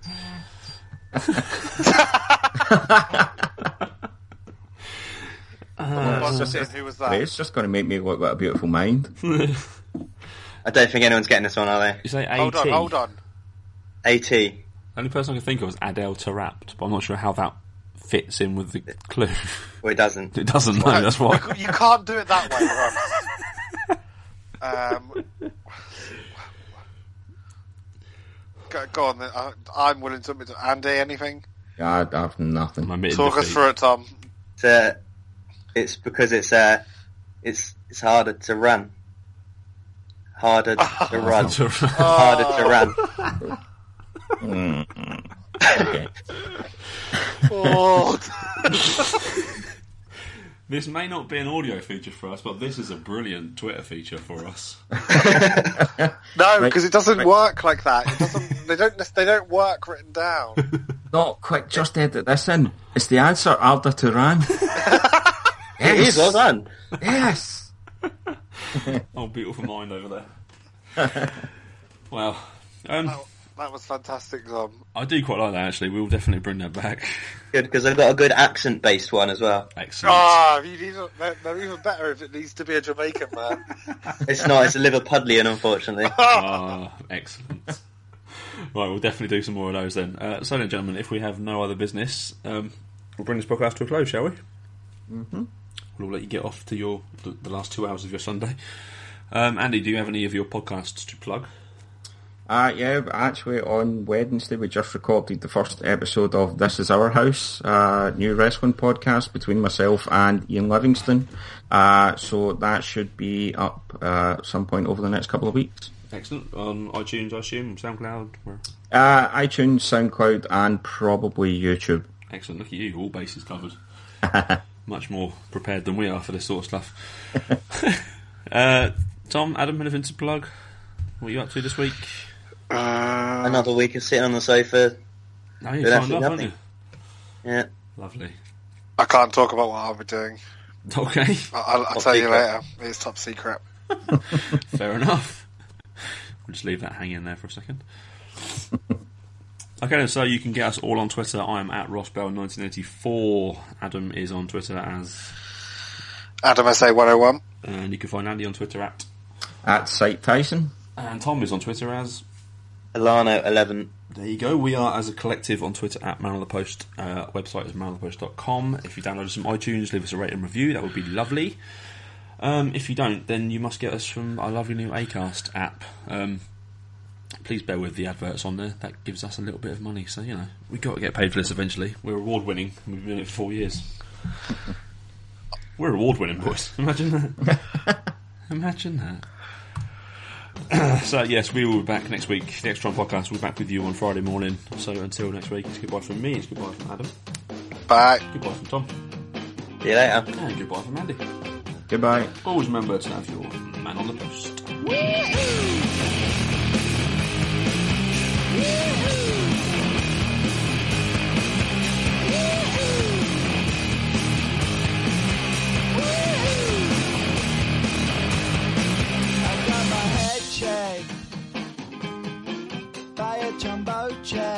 S2: What's
S4: it's
S2: it?
S4: just-
S2: Who was that?
S4: it's just going to make me look like a
S1: *laughs*
S4: beautiful mind.
S3: I don't think anyone's getting this one, are they?
S1: You say AT.
S2: Hold on, hold on.
S3: AT.
S1: The only person I can think of is Adele Tarapt, but I'm not sure how that fits in with the clue. *laughs*
S3: Well, it doesn't.
S1: it doesn't, no, that's
S2: *laughs*
S1: why.
S2: You can't do it that way, Rob. um, go, go on then. I, I'm willing to admit to Andy anything.
S4: Yeah, I, I have nothing.
S1: I'm admitting
S2: Talk us
S1: defeat.
S2: through it, Tom.
S3: It's, uh, it's because it's uh, it's it's harder to run.
S2: *laughs*
S3: Harder to run.
S2: Uh,
S3: harder to run.
S4: Okay.
S2: Oh,
S1: This may not be an audio feature for us, but this is a brilliant Twitter feature for us.
S2: *laughs* no,
S4: Right.
S2: because it doesn't
S4: Right.
S2: work like that. It doesn't. They don't. They don't work written down.
S4: Not quick, just edit this in. It's the answer, Alda *laughs* Turan.
S3: It is well done.
S4: Yes.
S1: Oh, *laughs* beautiful mind over there. *laughs* wow. Um,
S2: That was fantastic, Tom.
S1: I do quite like that, actually. We'll definitely bring that back.
S3: Good because I've got a good accent-based one as well.
S1: *laughs* Excellent.
S2: Ah, you need. a- They're, they're even better if it needs to be a Jamaican man.
S3: It's not. It's a
S2: *laughs*
S3: Liverpudlian, unfortunately.
S1: Ah, excellent. Right, we'll definitely do some more of those then. Uh, so, then, gentlemen, if we have no other business, um, we'll bring this podcast to a close, shall we? Mm-hmm. We'll let you get off to your the, the last two hours of your Sunday. Um, Andy, do you have any of your podcasts to plug?
S4: Uh, yeah, but actually on Wednesday we just recorded the first episode of This Is Our House, uh, new wrestling podcast between myself and Ian Livingston. Uh, so that should be up uh, at some point over the next couple of weeks.
S1: Excellent. On iTunes, I assume, SoundCloud. Where?
S4: Uh, iTunes, SoundCloud, and probably YouTube.
S1: Excellent. Look at you, all bases covered. Much more prepared than we are for this sort of stuff. uh, Tom, Adam, anything to plug? What are you up to this week?
S3: Another week of sitting on the sofa.
S1: No, you
S3: Did
S1: signed
S3: actually
S1: up, haven't
S3: nothing.
S1: you?
S3: Yeah.
S1: Lovely.
S2: I can't talk about what I'll be doing.
S1: Okay, *laughs*
S2: I- I'll, I'll
S3: Top
S2: tell you
S3: secret.
S2: later. It's top secret.
S1: fair enough. We'll just leave that hanging there for a second. Okay, so you can get us all on Twitter. I am at Rossbell1984. Adam is on Twitter as,
S2: Adam SA 101.
S1: and you can find Andy on Twitter at,
S4: At Site Tyson.
S1: and Tom is on Twitter as
S3: Alano eleven.
S1: There you go. We are as a collective on Twitter at Man on the Post. Uh, website is manonthepost.com. If you download us from iTunes, leave us a rating and review. That would be lovely. Um, if you don't, then you must get us from our lovely new Acast app. Um, please bear with the adverts on there. That gives us a little bit of money. So, you know, we got to get paid for this eventually. We're award winning. We've been in it for four years. We're award winning, boys. Imagine that. Imagine that. so, yes, we will be back next week. The Extron podcast will be back with you on Friday morning. So, until next week, it's goodbye from me, it's goodbye from Adam,
S2: Bye.
S1: goodbye from Tom,
S3: See you later.
S1: and goodbye from Andy.
S4: Goodbye.
S1: Always remember to have your man on the post.
S5: I got my head checked by a jumbo jet.